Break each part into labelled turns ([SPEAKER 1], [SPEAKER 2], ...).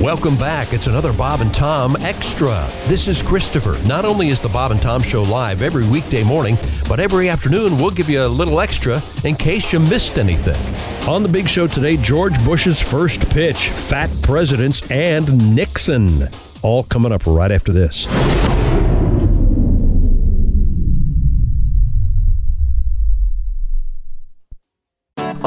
[SPEAKER 1] Welcome back. It's another Bob and Tom Extra. This is Christopher. Not only is the Bob and Tom Show live every weekday morning, but every afternoon we'll give you a little extra in case you missed anything.
[SPEAKER 2] On the big show today, George Bush's first pitch, fat presidents, and Nixon. All coming up right after this.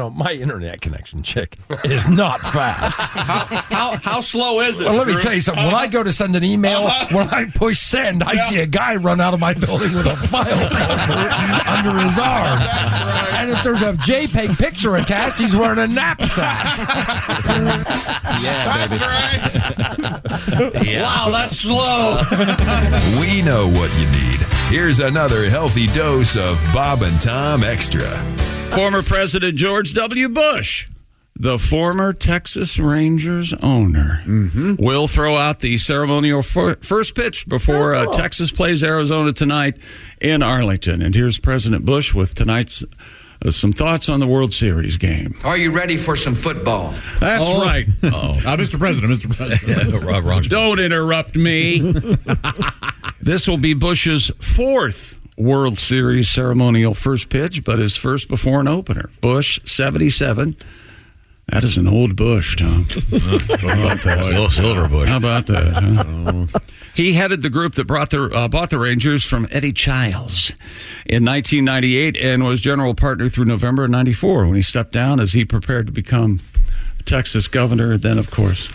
[SPEAKER 2] No, Oh, my internet connection, chick, is not fast.
[SPEAKER 3] How, how slow is it?
[SPEAKER 2] Well, let me
[SPEAKER 3] Drew?
[SPEAKER 2] tell you something. When I go to send an email, when I push send, I see a guy run out of my building with a file folder under his arm. And if there's a JPEG picture attached, he's wearing a knapsack.
[SPEAKER 3] That's right. Wow, that's slow.
[SPEAKER 4] We know what you need. Here's another healthy dose of Bob and Tom Extra.
[SPEAKER 3] former President George W. Bush, the former Texas Rangers owner, will throw out the ceremonial fir- first pitch before uh, Texas plays Arizona tonight in Arlington. And here's President Bush with tonight's. Uh, some thoughts on the World Series game.
[SPEAKER 5] Are you ready for some football?
[SPEAKER 3] That's
[SPEAKER 6] Oh.
[SPEAKER 3] right. Oh,
[SPEAKER 6] Uh, Mr. President, Mr. President.
[SPEAKER 2] Rob Rock.
[SPEAKER 3] don't interrupt me. this will be Bush's fourth World Series ceremonial first pitch, but his first before an opener. Bush, 77. That is an old Bush, Tom.
[SPEAKER 2] Silverbush.
[SPEAKER 3] How about that? huh? he headed the group that brought the, uh, bought the Rangers from Eddie Childs in 1998 and was general partner through November of 94 when he stepped down as he prepared to become Texas governor. Then, of course,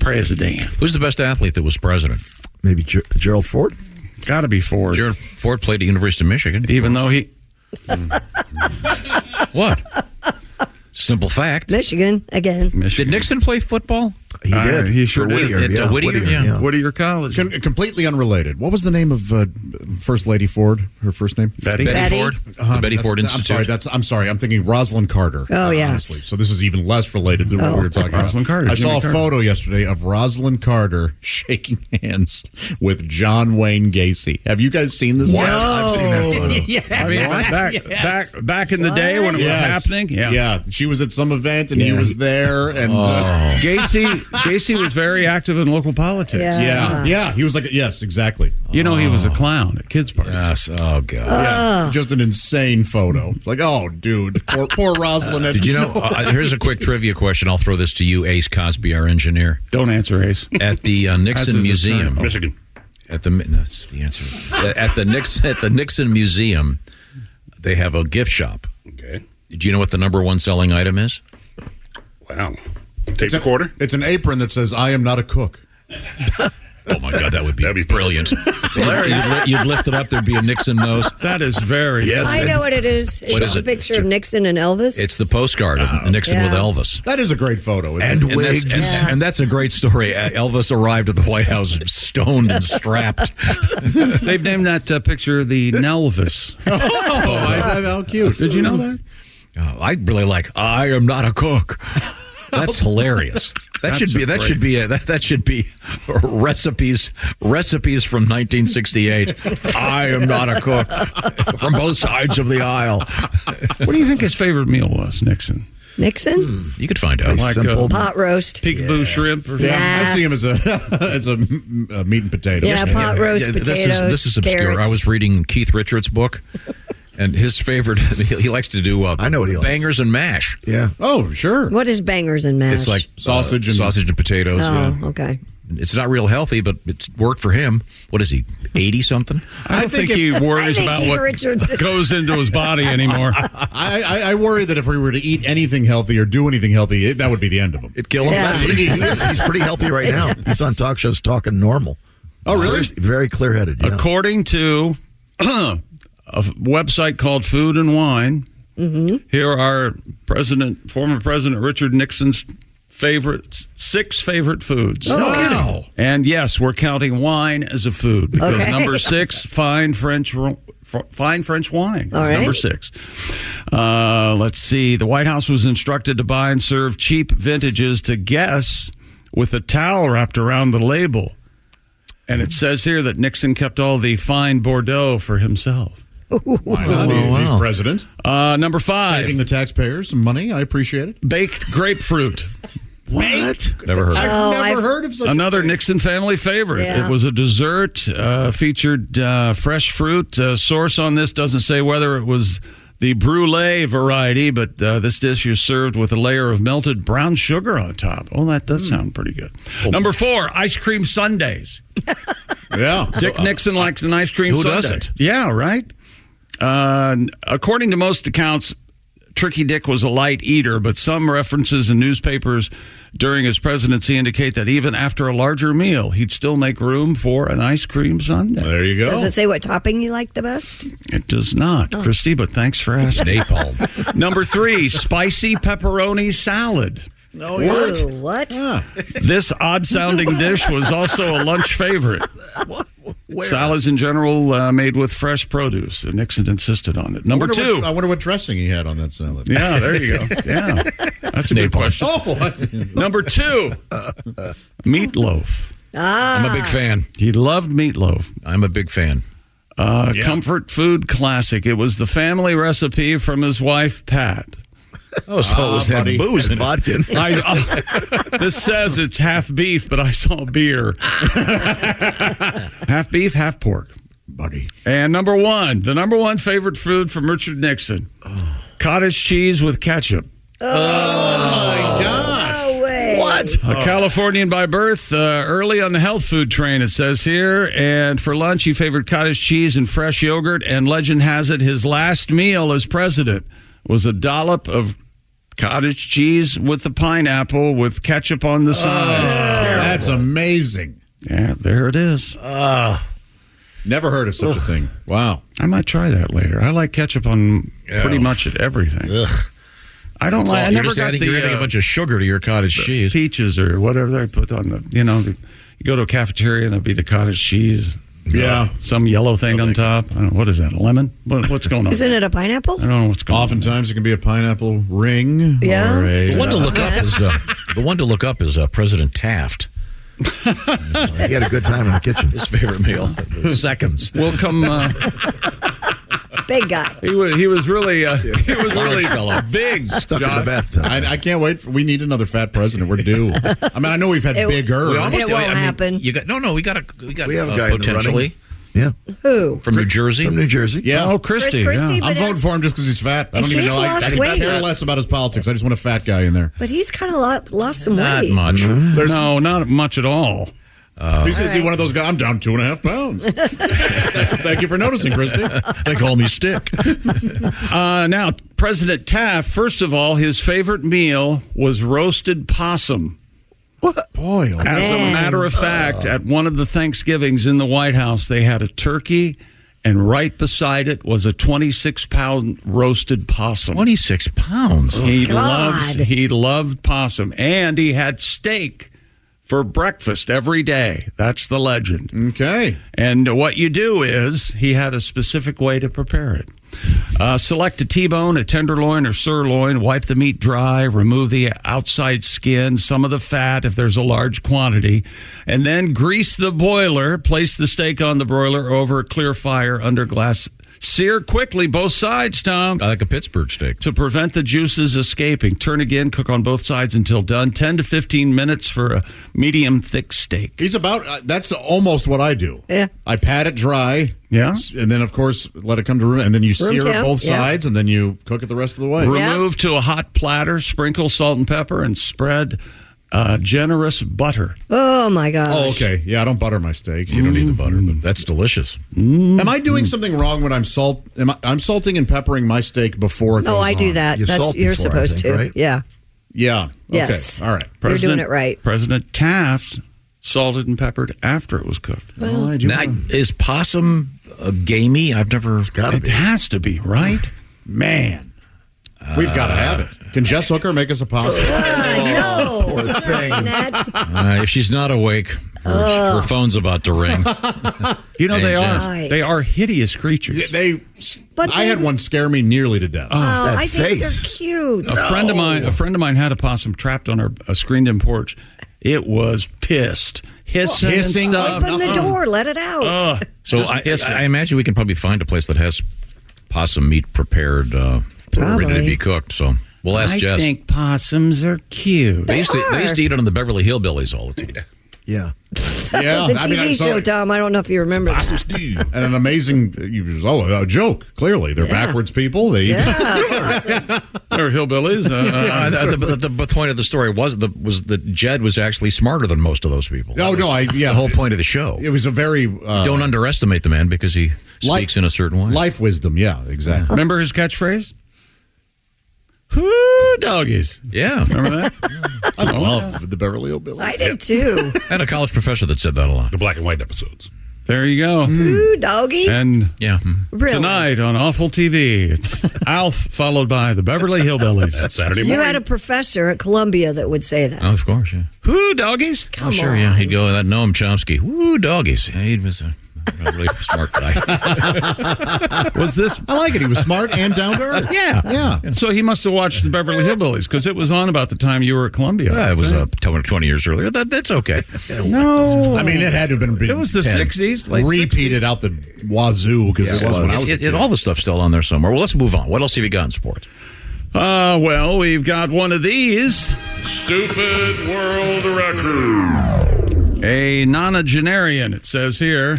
[SPEAKER 3] president.
[SPEAKER 4] Who's the best athlete that was president?
[SPEAKER 6] Maybe Ger- Gerald Ford?
[SPEAKER 3] Got to be Ford.
[SPEAKER 4] Jared Ford played at University of Michigan.
[SPEAKER 3] Even though he
[SPEAKER 4] What? Simple fact.
[SPEAKER 7] Michigan again.
[SPEAKER 4] Did Nixon play football?
[SPEAKER 6] He
[SPEAKER 3] All
[SPEAKER 6] did.
[SPEAKER 3] right, he sure
[SPEAKER 6] For
[SPEAKER 3] did.
[SPEAKER 6] Whittier,
[SPEAKER 4] At, uh,
[SPEAKER 6] yeah,
[SPEAKER 4] Whittier, yeah.
[SPEAKER 3] Whittier College.
[SPEAKER 6] Con- completely unrelated. What was the name of uh, First Lady Ford? Her first name?
[SPEAKER 3] Betty.
[SPEAKER 4] Betty,
[SPEAKER 7] Betty.
[SPEAKER 4] Ford.
[SPEAKER 6] Uh,
[SPEAKER 4] the Betty
[SPEAKER 6] that's-
[SPEAKER 4] Ford
[SPEAKER 6] I'm
[SPEAKER 4] Institute.
[SPEAKER 6] sorry, that's I'm sorry. I'm thinking Rosalind Carter.
[SPEAKER 7] Oh,
[SPEAKER 6] uh,
[SPEAKER 7] yes.
[SPEAKER 6] So this is even less related than what we were talking about.
[SPEAKER 3] Rosalind Carter,
[SPEAKER 6] I saw
[SPEAKER 3] Jimmy
[SPEAKER 6] a
[SPEAKER 3] Carter.
[SPEAKER 6] photo yesterday of Rosalind Carter shaking hands with John Wayne Gacy. Have you guys seen this?
[SPEAKER 7] What?
[SPEAKER 6] photo?
[SPEAKER 7] I've seen that photo.
[SPEAKER 6] yeah.
[SPEAKER 3] I mean, back,
[SPEAKER 6] Yes.
[SPEAKER 3] back back in the day when it was
[SPEAKER 6] Yes.
[SPEAKER 3] happening.
[SPEAKER 6] Yeah. she was at some event and he was there, and uh,
[SPEAKER 3] Gacy Gacy was very active in local politics.
[SPEAKER 7] Yeah.
[SPEAKER 6] yeah, yeah, he was like, yes, exactly.
[SPEAKER 3] You know, he was a clown at kids' parties.
[SPEAKER 4] Yes. Oh God.
[SPEAKER 6] Yeah, just an insane photo. Like, oh, dude, poor, poor Rosalind.
[SPEAKER 4] Did you know? Uh, here's a quick trivia question. I'll throw this to you, Ace Cosby, our engineer,
[SPEAKER 3] Don't answer Ace.
[SPEAKER 4] at the uh,
[SPEAKER 3] That's
[SPEAKER 4] Nixon
[SPEAKER 3] his
[SPEAKER 4] Museum.
[SPEAKER 3] attorney.
[SPEAKER 6] Michigan?
[SPEAKER 4] At the that's the answer. at the Nixon at the Nixon Museum, they have a gift shop.
[SPEAKER 6] Okay,
[SPEAKER 4] Do you know what the number one selling item is?
[SPEAKER 6] wow. Take a quarter. It's an apron that says, "I am not a cook."
[SPEAKER 4] Oh my God, that would be, brilliant. You'd, li- you'd lift it up, there'd be a Nixon nose.
[SPEAKER 3] That is very.
[SPEAKER 7] I know what it is. It's
[SPEAKER 4] What is
[SPEAKER 7] a
[SPEAKER 4] it?
[SPEAKER 7] picture of Nixon and Elvis.
[SPEAKER 4] It's the postcard of Nixon
[SPEAKER 7] Yeah.
[SPEAKER 4] with Elvis.
[SPEAKER 6] That is a great photo. isn't it?
[SPEAKER 4] And that's, and, and that's a great story. Uh, Elvis arrived at the White House stoned and strapped.
[SPEAKER 3] They've named that uh, picture the Nelvis.
[SPEAKER 6] oh, I, I, how cute!
[SPEAKER 3] Did you know that?
[SPEAKER 4] Oh, I really like, I am not a cook.
[SPEAKER 6] Is
[SPEAKER 4] That's hilarious. That should be that should be a, that, that should be recipes recipes from 1968. I am not a cook from both sides of the aisle.
[SPEAKER 3] What do you think his favorite meal was, Nixon?
[SPEAKER 7] Nixon?
[SPEAKER 4] You could find out.
[SPEAKER 3] Like uh,
[SPEAKER 6] Simple.
[SPEAKER 3] a
[SPEAKER 7] Pot roast.
[SPEAKER 3] peekaboo shrimp or
[SPEAKER 6] Yeah, I
[SPEAKER 7] Nah.
[SPEAKER 6] see him as a as a, m- a meat and potato.
[SPEAKER 7] Yeah, pot roast
[SPEAKER 4] Yeah, this is
[SPEAKER 7] potatoes.
[SPEAKER 4] this is obscure.
[SPEAKER 7] carrots.
[SPEAKER 4] I was reading Keith Richards' book, and his favorite he, he likes to do. Uh, I know what he bangers and mash.
[SPEAKER 6] Yeah. Oh, sure.
[SPEAKER 7] What is bangers and mash?
[SPEAKER 4] It's like sausage and sausage and
[SPEAKER 7] Oh,
[SPEAKER 4] potatoes. yeah.
[SPEAKER 7] okay.
[SPEAKER 4] It's not real healthy, but it's worked for him. What is he? Eighty something?
[SPEAKER 3] I don't think, he worries about what goes into his body anymore.
[SPEAKER 6] I, I, I worry that if we were to eat anything healthy or do anything healthy, it, that would be the end of him.
[SPEAKER 4] It'd kill
[SPEAKER 6] him.
[SPEAKER 8] he's, he's pretty healthy right now. He's on talk shows talking normal.
[SPEAKER 6] Oh, really?
[SPEAKER 8] Seriously, very clear headed. Yeah.
[SPEAKER 3] According to a website called Food and Wine, here are President, former President Richard Nixon's favorite six favorite foods.
[SPEAKER 6] Oh, wow.
[SPEAKER 3] And yes, we're counting wine as a food because
[SPEAKER 6] Okay.
[SPEAKER 3] number six, fine French, ro- f- fine French wine,
[SPEAKER 6] All
[SPEAKER 3] is
[SPEAKER 6] right.
[SPEAKER 3] number six. Uh, let's see. The White House was instructed to buy and serve cheap vintages to guests with a towel wrapped around the label. And it says here that Nixon kept all the fine Bordeaux for himself.
[SPEAKER 6] Why not? He-
[SPEAKER 3] Wow, wow.
[SPEAKER 6] He's president.
[SPEAKER 3] Uh, number five,
[SPEAKER 6] Saving the taxpayers some money. I appreciate it.
[SPEAKER 3] baked grapefruit.
[SPEAKER 6] What?
[SPEAKER 4] Never heard.
[SPEAKER 6] I've
[SPEAKER 7] Oh,
[SPEAKER 6] never
[SPEAKER 7] I've-
[SPEAKER 6] heard of such a
[SPEAKER 3] Another Nixon family favorite.
[SPEAKER 7] Yeah.
[SPEAKER 3] It was a dessert, uh, featured uh, fresh fruit. Uh, source on this doesn't say whether it was the brulee variety, but uh, this dish is served with a layer of melted brown sugar on top. Oh, that does sound pretty good. Number four, ice cream sundaes.
[SPEAKER 6] Yeah.
[SPEAKER 3] Dick
[SPEAKER 4] uh,
[SPEAKER 3] Nixon likes an ice cream
[SPEAKER 4] Who
[SPEAKER 3] sundae.
[SPEAKER 4] doesn't?
[SPEAKER 3] Yeah, right? Uh, according to most accounts, Tricky Dick was a light eater, but some references in newspapers during his presidency indicate that even after a larger meal, he'd still make room for an ice cream sundae.
[SPEAKER 6] There you
[SPEAKER 7] Does it say what topping you like the best?
[SPEAKER 3] It does not, Christy, but thanks for asking.
[SPEAKER 4] Napalm.
[SPEAKER 3] Number three, spicy pepperoni salad.
[SPEAKER 6] No,
[SPEAKER 7] Ooh, what?
[SPEAKER 3] This odd sounding dish was also a lunch favorite. Salads in general uh, made with fresh produce. And Nixon insisted on it. Number
[SPEAKER 6] I wonder uh,
[SPEAKER 3] two.
[SPEAKER 6] What, I wonder what dressing he had on that salad.
[SPEAKER 3] Yeah, there you go. Yeah. That's a good question.
[SPEAKER 6] Oh, I see.
[SPEAKER 3] Number two, meatloaf.
[SPEAKER 7] Ah,
[SPEAKER 4] I'm a big fan.
[SPEAKER 3] He loved meatloaf.
[SPEAKER 4] I'm a big fan.
[SPEAKER 3] Uh, Comfort food classic. It was the family recipe from his wife, Pat.
[SPEAKER 4] Oh, so it was had
[SPEAKER 6] Ah, buddy.
[SPEAKER 4] booze in it.
[SPEAKER 8] Vodka.
[SPEAKER 3] I, oh, this says it's half beef, but I saw beer. half beef, half pork.
[SPEAKER 6] buddy.
[SPEAKER 3] And number one, the number one favorite food from Richard Nixon cottage cheese with ketchup.
[SPEAKER 7] no way. What?
[SPEAKER 3] A
[SPEAKER 4] Oh.
[SPEAKER 3] Californian by birth, uh, early on the health food train, it says here. And for lunch, he favored cottage cheese and fresh yogurt. And legend has it his last meal as president was a dollop of cottage cheese with the pineapple with ketchup on
[SPEAKER 4] Oh.
[SPEAKER 3] the side.
[SPEAKER 6] That's amazing.
[SPEAKER 3] Yeah, there it is.
[SPEAKER 6] Never heard of such a thing. Wow.
[SPEAKER 3] I might try that later. I like ketchup on pretty much everything. I don't like. I
[SPEAKER 4] you're
[SPEAKER 3] never
[SPEAKER 4] just
[SPEAKER 3] got
[SPEAKER 4] adding, you're adding
[SPEAKER 3] the
[SPEAKER 4] a
[SPEAKER 3] uh,
[SPEAKER 4] bunch of sugar to your cottage cheese.
[SPEAKER 3] peaches or whatever they put on the. You know, the, you go to a cafeteria and there'll be the cottage cheese.
[SPEAKER 6] Yeah.
[SPEAKER 3] some yellow thing on top. I don't know, what is that? A lemon? What, what's going on?
[SPEAKER 7] Isn't it a pineapple?
[SPEAKER 3] I don't know what's going on.
[SPEAKER 6] Oftentimes it can be a pineapple ring.
[SPEAKER 7] Yeah.
[SPEAKER 6] Or a,
[SPEAKER 4] The one to look up is uh, the one to look up is uh, President Taft.
[SPEAKER 8] He had a good time in the kitchen.
[SPEAKER 4] His favorite meal, seconds.
[SPEAKER 3] We'll come. Uh,
[SPEAKER 7] Big guy.
[SPEAKER 3] he was. He was really. Uh, he was
[SPEAKER 4] Large
[SPEAKER 3] really
[SPEAKER 4] fellow.
[SPEAKER 3] big.
[SPEAKER 8] Stuck in
[SPEAKER 3] Josh.
[SPEAKER 8] the bathtub.
[SPEAKER 6] I, I can't wait. For, we need another fat president. We're due. I mean, I know we've had
[SPEAKER 7] It-
[SPEAKER 6] bigger.
[SPEAKER 7] We almost- It won't happen.
[SPEAKER 4] You got no, no. We got a we got
[SPEAKER 8] We have a
[SPEAKER 4] uh,
[SPEAKER 8] guy in the
[SPEAKER 4] potentially
[SPEAKER 8] yeah.
[SPEAKER 7] Who?
[SPEAKER 4] from New Jersey.
[SPEAKER 8] From New Jersey.
[SPEAKER 6] yeah.
[SPEAKER 3] Oh, Christy.
[SPEAKER 7] Chris Christie,
[SPEAKER 3] yeah.
[SPEAKER 7] but
[SPEAKER 6] I'm voting
[SPEAKER 7] it's-
[SPEAKER 6] for him just because he's fat. I don't even
[SPEAKER 7] He's
[SPEAKER 6] know. I,
[SPEAKER 7] lost
[SPEAKER 6] I
[SPEAKER 7] weight.
[SPEAKER 6] care less about his politics. I just want a fat guy in there.
[SPEAKER 7] But he's kind of lost, lost some
[SPEAKER 4] Not
[SPEAKER 7] weight.
[SPEAKER 4] much.
[SPEAKER 8] Mm-hmm.
[SPEAKER 3] No, not much at all.
[SPEAKER 6] He's, is he one of those guys? I'm down two and a half pounds. Thank you for noticing, Christy.
[SPEAKER 4] They call me Stick.
[SPEAKER 3] Uh, now, President Taft. First of all, his favorite meal was roasted possum.
[SPEAKER 6] Boy, oh,
[SPEAKER 3] As a
[SPEAKER 7] Man.
[SPEAKER 3] matter of fact, at one of the Thanksgivings in the White House, they had a turkey, and right beside it was a 26 pound roasted possum.
[SPEAKER 4] Twenty six pounds.
[SPEAKER 3] He
[SPEAKER 7] God.
[SPEAKER 3] loves he loved possum and he had steak for breakfast every day. That's the legend.
[SPEAKER 6] okay.
[SPEAKER 3] And what you do is he had a specific way to prepare it. Uh, select a T-bone, a tenderloin, or sirloin. Wipe the meat dry. Remove the outside skin, some of the fat if there's a large quantity, and then grease the boiler. Place the steak on the broiler over a clear fire under glass. Sear quickly both sides, Tom.
[SPEAKER 4] Like a Pittsburgh steak.
[SPEAKER 3] To prevent the juices escaping. Turn again, cook on both sides until done. 10 to 15 minutes for a medium thick steak.
[SPEAKER 6] He's about, uh, that's almost what I do.
[SPEAKER 7] Yeah.
[SPEAKER 6] I pat it dry.
[SPEAKER 3] Yeah.
[SPEAKER 6] s- And then, of course, let it come to room. And then you sear
[SPEAKER 7] temp,
[SPEAKER 6] both
[SPEAKER 7] yeah.
[SPEAKER 6] sides and then you cook it the rest of the way.
[SPEAKER 3] Remove to a hot platter, sprinkle salt and pepper, and spread uh, generous butter.
[SPEAKER 7] Oh my gosh.
[SPEAKER 6] Oh, okay. Yeah, I don't butter my steak.
[SPEAKER 4] You don't need the butter, but that's delicious.
[SPEAKER 6] Am I doing something wrong when I'm salt? Am I, I'm salting and peppering my steak before it
[SPEAKER 7] No,
[SPEAKER 6] goes
[SPEAKER 7] I do
[SPEAKER 6] on.
[SPEAKER 7] that. That's you're supposed to. Yeah.
[SPEAKER 6] Yeah.
[SPEAKER 7] Yes.
[SPEAKER 6] Okay. All right.
[SPEAKER 7] You're doing it right.
[SPEAKER 3] President Taft salted and peppered after it was cooked.
[SPEAKER 7] Well,
[SPEAKER 6] I do
[SPEAKER 4] Now, is possum uh, gamey? I've never. It's
[SPEAKER 8] gotta
[SPEAKER 3] It has to be, right?
[SPEAKER 6] Man, we've got to have it. Can Jess Hooker make us a pasta?
[SPEAKER 4] Uh, if she's not awake, her, her phone's about to ring.
[SPEAKER 3] You know they are
[SPEAKER 7] Nice.
[SPEAKER 3] they are hideous creatures.
[SPEAKER 6] They,
[SPEAKER 7] But
[SPEAKER 6] I had
[SPEAKER 7] then-
[SPEAKER 6] one scare me nearly to death.
[SPEAKER 7] Oh,
[SPEAKER 8] that
[SPEAKER 7] I think
[SPEAKER 8] face.
[SPEAKER 7] they're cute.
[SPEAKER 3] A friend of mine, a friend of mine had a possum trapped on her a screened-in porch. It was pissed, hissing, and
[SPEAKER 6] Hissing
[SPEAKER 3] stuff.
[SPEAKER 6] like
[SPEAKER 7] Open the door. Let it out.
[SPEAKER 3] Ugh.
[SPEAKER 4] So
[SPEAKER 3] Just
[SPEAKER 4] I,
[SPEAKER 6] uh,
[SPEAKER 3] hissing.
[SPEAKER 4] I imagine we can probably find a place that has possum meat prepared, uh, ready to
[SPEAKER 7] Probably.
[SPEAKER 4] be cooked. So we'll ask
[SPEAKER 3] I
[SPEAKER 4] Jess.
[SPEAKER 3] think possums are cute.
[SPEAKER 4] they, used to, they used to eat it on the Beverly Hillbillies all the time.
[SPEAKER 8] Yeah.
[SPEAKER 6] yeah.
[SPEAKER 7] the TV
[SPEAKER 6] I mean, I'm
[SPEAKER 7] show,
[SPEAKER 6] sorry.
[SPEAKER 7] Tom. I don't know if you remember that.
[SPEAKER 6] And an amazing, you- oh, a joke. Clearly, they're backwards people. They
[SPEAKER 3] They're hillbillies. Uh, uh,
[SPEAKER 4] Uh, the, the, the, the point of the story was the, was that Jed was actually smarter than most of those people.
[SPEAKER 6] No,
[SPEAKER 4] That
[SPEAKER 6] no,
[SPEAKER 4] was
[SPEAKER 6] I- yeah.
[SPEAKER 4] the whole point of the show.
[SPEAKER 6] It was a very uh,
[SPEAKER 4] Don't underestimate the man because he
[SPEAKER 6] Life-
[SPEAKER 4] speaks in a certain way.
[SPEAKER 6] life wisdom. Yeah, exactly.
[SPEAKER 3] Remember his catchphrase? Whoo, doggies.
[SPEAKER 4] Yeah,
[SPEAKER 3] Remember that?
[SPEAKER 6] I love the Beverly Hillbillies.
[SPEAKER 7] I did too.
[SPEAKER 4] I had a college professor that said that a lot.
[SPEAKER 9] The black and white episodes.
[SPEAKER 3] there you go.
[SPEAKER 7] Ooh, doggy.
[SPEAKER 3] And
[SPEAKER 4] Yeah, mm.
[SPEAKER 7] Really?
[SPEAKER 3] tonight on Awful TV, it's Alf followed by the Beverly Hillbillies.
[SPEAKER 9] Saturday
[SPEAKER 7] You
[SPEAKER 9] morning.
[SPEAKER 7] had a professor at Columbia that would say that.
[SPEAKER 4] oh, of course, yeah.
[SPEAKER 3] Whoo, doggies.
[SPEAKER 7] Come
[SPEAKER 4] oh, sure,
[SPEAKER 7] on.
[SPEAKER 4] yeah. He'd go that Noam Chomsky. Woo, doggies. Yeah, he was a a really smart guy.
[SPEAKER 3] Was this?
[SPEAKER 6] I like it. He was smart and down to earth.
[SPEAKER 3] Yeah.
[SPEAKER 6] Yeah.
[SPEAKER 3] So he must have watched the Beverly Hillbillies because it was on about the time you were at Columbia.
[SPEAKER 4] Yeah, it was uh, 20 years earlier. That, that's okay.
[SPEAKER 3] No.
[SPEAKER 6] I mean, it had to have been.
[SPEAKER 3] It was the 60s, late
[SPEAKER 6] repeated out the wazoo because it was when I was. a
[SPEAKER 4] It- it-
[SPEAKER 6] kid.
[SPEAKER 4] all the stuff's still on there somewhere. Well, let's move on. What else have you got in sports?
[SPEAKER 3] Uh, well, we've got one of these.
[SPEAKER 9] Stupid world record.
[SPEAKER 3] A nonagenarian, it says here.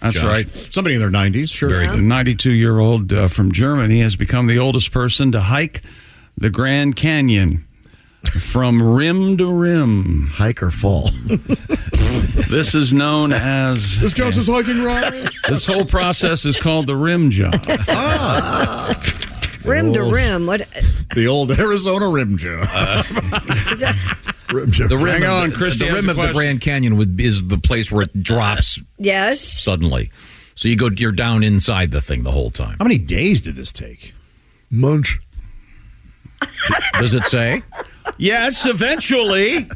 [SPEAKER 3] That's
[SPEAKER 4] Josh.
[SPEAKER 3] right.
[SPEAKER 6] Somebody in their nineties, sure.
[SPEAKER 3] The 92 year old uh, from Germany has become the oldest person to hike the Grand Canyon from rim to rim.
[SPEAKER 8] Hike or fall.
[SPEAKER 3] This is known as.
[SPEAKER 6] This counts as hiking, right?
[SPEAKER 3] This whole process is called the rim job.
[SPEAKER 7] Rim to rim. What
[SPEAKER 6] the old Arizona rim job.
[SPEAKER 7] is that?
[SPEAKER 4] The rim,
[SPEAKER 3] Hang
[SPEAKER 4] of
[SPEAKER 3] on,
[SPEAKER 4] the-
[SPEAKER 3] Christy
[SPEAKER 4] the
[SPEAKER 3] has
[SPEAKER 4] rim
[SPEAKER 3] a
[SPEAKER 4] of the
[SPEAKER 3] question.
[SPEAKER 4] Grand Canyon would, is the place where it drops
[SPEAKER 7] Yes.
[SPEAKER 4] suddenly. So you go, you're down inside the thing the whole time.
[SPEAKER 6] How many days did this take?
[SPEAKER 8] Munch.
[SPEAKER 4] Does it say?
[SPEAKER 3] Yes, eventually.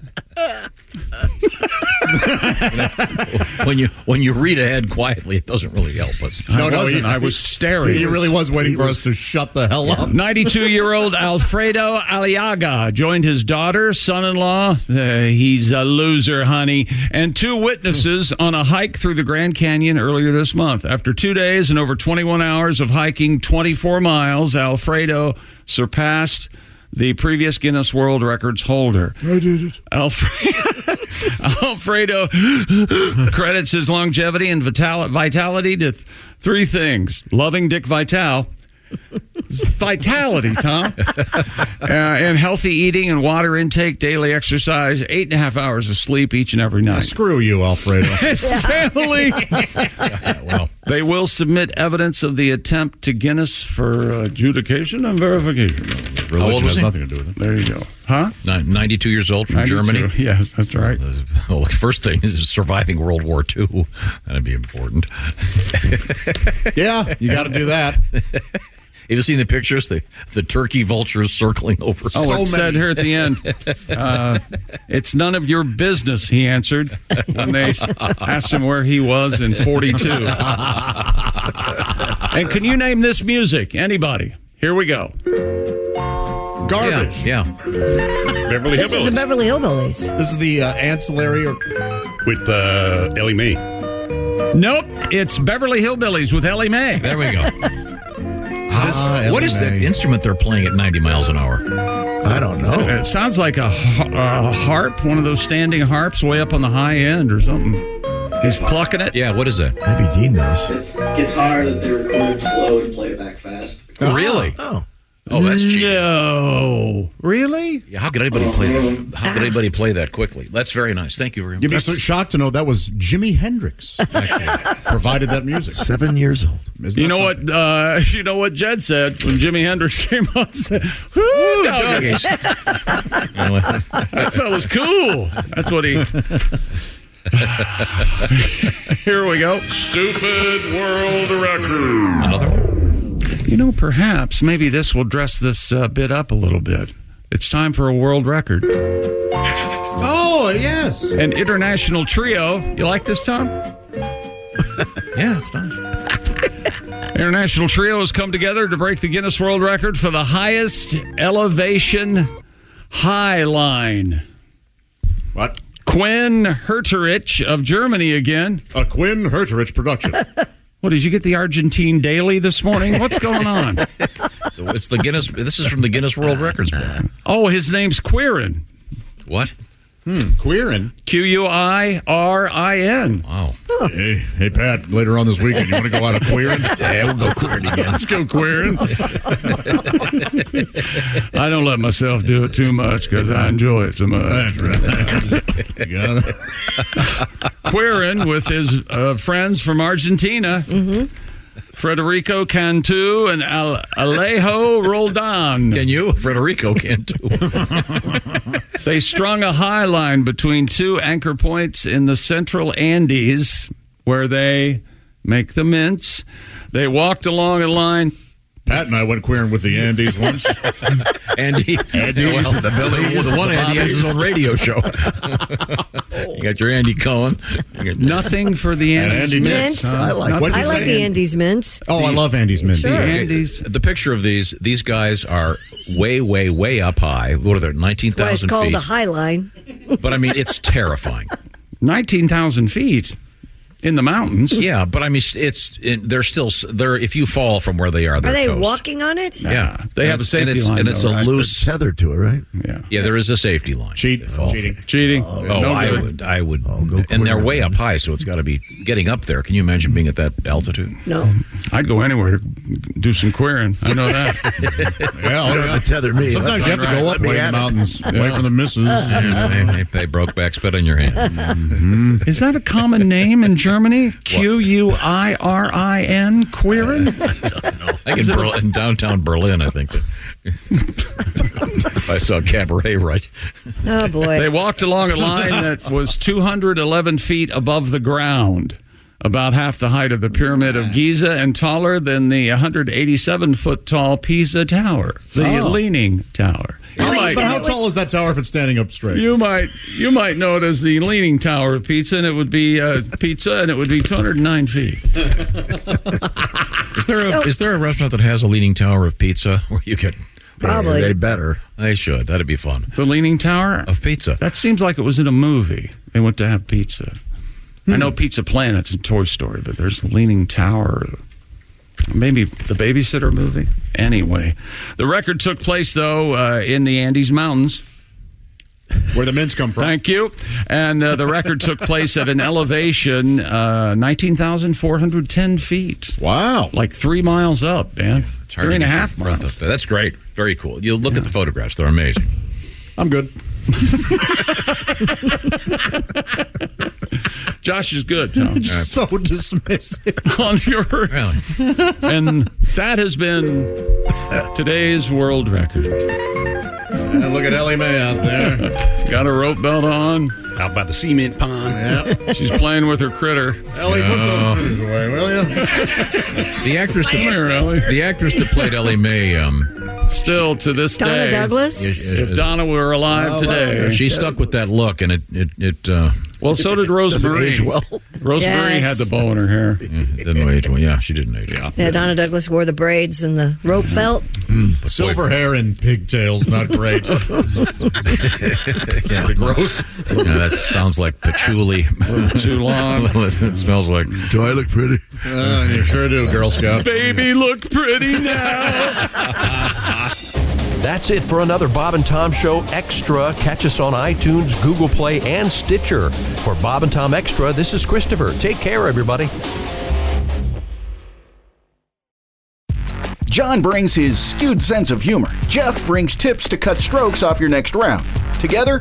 [SPEAKER 4] when you when you read ahead quietly, it doesn't really help us.
[SPEAKER 6] No, no,
[SPEAKER 3] wasn't. I was staring.
[SPEAKER 6] He really was waiting for us to shut the hell up.
[SPEAKER 3] 92 year old Alfredo Aliaga joined his daughter, son in law, uh, he's a loser, honey, and two witnesses on a hike through the Grand Canyon earlier this month. After two days and over 21 hours of hiking 24 miles, Alfredo surpassed the previous Guinness World Records holder.
[SPEAKER 6] I did it.
[SPEAKER 3] Alfredo, Alfredo credits his longevity and vital- vitality to th- three things loving Dick Vital, vitality, Tom, uh, and healthy eating and water intake, daily exercise, eight and a half hours of sleep each and every night.
[SPEAKER 6] Screw you, Alfredo.
[SPEAKER 3] His family.
[SPEAKER 4] Well,
[SPEAKER 3] They will submit evidence of the attempt to Guinness for uh, adjudication and verification.
[SPEAKER 4] How old
[SPEAKER 6] Religion
[SPEAKER 4] was
[SPEAKER 6] has
[SPEAKER 4] he?
[SPEAKER 6] nothing to do with it.
[SPEAKER 3] There you go. Huh?
[SPEAKER 4] Ni- 92 years old from
[SPEAKER 3] 92.
[SPEAKER 4] Germany.
[SPEAKER 3] Yes, that's right.
[SPEAKER 4] Well, the first thing is surviving World War II. That'd be important.
[SPEAKER 6] Yeah, you got to do that.
[SPEAKER 4] Have you seen the pictures? The, the turkey vultures circling over.
[SPEAKER 3] Oh, it
[SPEAKER 6] So
[SPEAKER 3] said
[SPEAKER 6] many.
[SPEAKER 3] here at the end, uh, it's none of your business, he answered when they s- asked him where he was in 42. And can you name this music? Anybody? Here we go.
[SPEAKER 6] Garbage.
[SPEAKER 4] Yeah.
[SPEAKER 9] Beverly
[SPEAKER 7] This is the
[SPEAKER 9] Hillbillies.
[SPEAKER 7] Beverly Hillbillies.
[SPEAKER 6] This is the uh, ancillary or
[SPEAKER 9] with uh, Ellie Mae.
[SPEAKER 3] Nope, it's Beverly Hillbillies with Ellie Mae.
[SPEAKER 4] There we go. This-
[SPEAKER 6] E
[SPEAKER 3] Ah,
[SPEAKER 4] what is the
[SPEAKER 3] LMA.
[SPEAKER 4] instrument they're playing at 90 miles an hour?
[SPEAKER 8] I don't
[SPEAKER 3] It sounds like a, har- a harp, one of those standing harps way up on the high end or something. He's plucking it.
[SPEAKER 4] Yeah, what is that?
[SPEAKER 8] Maybe Dean knows.
[SPEAKER 10] It's guitar that they recorded slow and play it back fast.
[SPEAKER 6] Uh-huh.
[SPEAKER 4] Really?
[SPEAKER 8] Oh.
[SPEAKER 4] Oh, that's cheating.
[SPEAKER 3] No. Really?
[SPEAKER 4] Yeah, how could anybody play that? How could anybody play that quickly? That's very nice. Thank you very much.
[SPEAKER 6] You'd be so shocked to know that was Jimi Hendrix actually, provided that music.
[SPEAKER 8] Seven years old.
[SPEAKER 3] You know what? Uh, you know what Jed said when Jimi Hendrix came on. Said, "Whoo, doggies." that fella's cool. That's what he. Here we go.
[SPEAKER 9] Stupid world record.
[SPEAKER 4] Another one?
[SPEAKER 3] You know, perhaps maybe this will dress this uh, bit up a little bit. It's time for a world record.
[SPEAKER 6] Oh yes.
[SPEAKER 3] An international trio. You like this, Tom?
[SPEAKER 4] Yeah, it's nice.
[SPEAKER 3] International trio has come together to break the Guinness World Record for the highest elevation high line.
[SPEAKER 6] What?
[SPEAKER 3] Quinn Herterich of Germany again.
[SPEAKER 6] A Quinn Herterich production.
[SPEAKER 3] What did you get the Argentine Daily this morning? What's going on?
[SPEAKER 4] So it's the Guinness. This is from the Guinness World Records Book.
[SPEAKER 3] Oh, his name's Quirin.
[SPEAKER 4] What?
[SPEAKER 6] Hmm, Queerin.
[SPEAKER 3] Q U I R I N.
[SPEAKER 4] Wow.
[SPEAKER 6] Hey, hey, Pat. Later on this weekend, you want to go out of Queerin? yeah, we'll go Queerin again.
[SPEAKER 3] Let's go Quirin. I don't let myself do it too much because I enjoy it so much.
[SPEAKER 6] That's right. You got it.
[SPEAKER 3] Quirin with his uh, friends from Argentina, Federico Cantu and Al- Alejo Roldan.
[SPEAKER 4] Can you? Federico can too.
[SPEAKER 3] They strung a high line between two anchor points in the central Andes where they make the mints. They walked along a line.
[SPEAKER 6] Pat and I went Queerin with the Andes once.
[SPEAKER 4] Andy. Andy well,
[SPEAKER 8] the Billies,
[SPEAKER 4] The one
[SPEAKER 8] the
[SPEAKER 4] Andy has his own radio show. you got your Andy Cohen. You got-
[SPEAKER 3] Nothing for the
[SPEAKER 6] And
[SPEAKER 3] Andes.
[SPEAKER 6] Andy
[SPEAKER 3] mints,
[SPEAKER 6] Mints.
[SPEAKER 3] huh?
[SPEAKER 8] I like
[SPEAKER 6] What'd
[SPEAKER 7] I
[SPEAKER 6] you
[SPEAKER 7] like
[SPEAKER 6] say?
[SPEAKER 7] the Andes mints.
[SPEAKER 6] Oh, I love Andes mints.
[SPEAKER 3] The Andes.
[SPEAKER 4] The picture of these these guys are way, way, way up high. What are they? Nineteen
[SPEAKER 7] Why it's
[SPEAKER 4] thousand
[SPEAKER 7] called
[SPEAKER 4] feet.
[SPEAKER 7] the High Line.
[SPEAKER 4] but I mean, it's terrifying.
[SPEAKER 3] 19,000 feet in the mountains.
[SPEAKER 4] Yeah, but I mean, it's it, they're still they're if you fall from where they are,
[SPEAKER 7] Are
[SPEAKER 4] they're
[SPEAKER 7] they
[SPEAKER 4] toast.
[SPEAKER 7] walking on it?
[SPEAKER 4] Yeah,
[SPEAKER 3] They
[SPEAKER 4] And
[SPEAKER 3] have a
[SPEAKER 4] it's-
[SPEAKER 3] safety
[SPEAKER 4] and it's,
[SPEAKER 3] line,
[SPEAKER 4] and it's
[SPEAKER 3] though,
[SPEAKER 4] a
[SPEAKER 3] right?
[SPEAKER 4] loose.
[SPEAKER 8] Tethered to it, right?
[SPEAKER 3] Yeah.
[SPEAKER 4] Yeah, there is a safety line.
[SPEAKER 6] Cheat.
[SPEAKER 4] They fall.
[SPEAKER 6] Cheating.
[SPEAKER 3] Cheating.
[SPEAKER 4] Oh, I would, I would, and they're way up high, so it's got to be getting up there. Can you imagine being at that altitude?
[SPEAKER 7] No.
[SPEAKER 3] I'd go anywhere to do some queering. I know that.
[SPEAKER 6] Yeah, oh, yeah.
[SPEAKER 8] It tethered me.
[SPEAKER 6] Sometimes you have to go up way in the mountains, away from the misses.
[SPEAKER 4] Yeah, they, they broke back, spit on your hand.
[SPEAKER 3] Is that a common name in Germany? Q U I R I N, Quirin?
[SPEAKER 4] I think in, Berlin, in downtown Berlin, I think. I saw cabaret right.
[SPEAKER 7] Oh
[SPEAKER 3] They
[SPEAKER 7] boy.
[SPEAKER 3] walked along a line that was 211 feet above the ground, about half the height of the Pyramid of Giza and taller than the 187 foot tall Pisa Tower, the Leaning Tower. You
[SPEAKER 6] How-
[SPEAKER 3] might,
[SPEAKER 6] but how tall is that tower if it's standing up straight?
[SPEAKER 3] you might you might know it as the Leaning Tower of Pizza, and it would be uh, pizza, and it would be 209 feet.
[SPEAKER 4] Is there a is there a restaurant that has a leaning tower of pizza where you could?
[SPEAKER 7] Probably.
[SPEAKER 8] They better.
[SPEAKER 4] They should. That'd be fun.
[SPEAKER 3] The Leaning Tower
[SPEAKER 4] Of pizza.
[SPEAKER 3] That seems like it was in a movie. They went to have pizza.
[SPEAKER 4] Hmm.
[SPEAKER 3] I know Pizza Planet's in Toy Story, but there's the Leaning Tower. Maybe the Babysitter movie? Anyway, the record took place, though, uh, in the Andes Mountains.
[SPEAKER 6] Where the mints come from.
[SPEAKER 3] Thank you. And uh, the record took place at an elevation uh, 19,410 feet.
[SPEAKER 6] Wow.
[SPEAKER 3] Like three miles up, man.
[SPEAKER 4] It's hard to
[SPEAKER 3] Three and a
[SPEAKER 4] get your
[SPEAKER 3] half
[SPEAKER 4] breath
[SPEAKER 3] miles.
[SPEAKER 4] up there. That's great. Very cool. You look at the photographs; they're amazing.
[SPEAKER 6] I'm good.
[SPEAKER 3] Josh is good, Tom.
[SPEAKER 6] Just so dismissive.
[SPEAKER 3] on your
[SPEAKER 4] Really?
[SPEAKER 3] and that has been today's world record.
[SPEAKER 6] and look at Ellie Mae out there.
[SPEAKER 3] Got a rope belt on.
[SPEAKER 9] Out by the cement pond.
[SPEAKER 6] Yep.
[SPEAKER 3] She's playing with her critter.
[SPEAKER 6] Ellie, put those things away, will you?
[SPEAKER 4] The actress
[SPEAKER 3] Come
[SPEAKER 4] that
[SPEAKER 3] here, Ellie.
[SPEAKER 4] the actress that played Ellie Mae, um,
[SPEAKER 3] Still to this
[SPEAKER 7] Donna
[SPEAKER 3] day,
[SPEAKER 7] Douglas.
[SPEAKER 4] is-
[SPEAKER 3] if Donna were alive today,
[SPEAKER 4] she stuck with that look, and it it, it uh,
[SPEAKER 3] Well, so did Rosemary.
[SPEAKER 4] age well.
[SPEAKER 3] Rosemary
[SPEAKER 7] Yes.
[SPEAKER 3] had the bow in her hair.
[SPEAKER 4] it didn't age well. Yeah, she didn't age well.
[SPEAKER 7] Yeah, Donna Douglas wore the braids and the rope belt.
[SPEAKER 6] Silver hair and pigtails, not great. it's pretty gross.
[SPEAKER 4] Yeah, that sounds like patchouli.
[SPEAKER 3] Too long.
[SPEAKER 4] it smells like. Do I look pretty?
[SPEAKER 6] Uh, you sure do, Girl Scout.
[SPEAKER 3] Baby, look pretty now.
[SPEAKER 1] That's it for another Bob and Tom Show Extra. Catch us on iTunes, Google Play, and Stitcher. For Bob and Tom Extra, this is Christopher. Take care, everybody.
[SPEAKER 11] John brings his skewed sense of humor. Jeff brings tips to cut strokes off your next round. Together,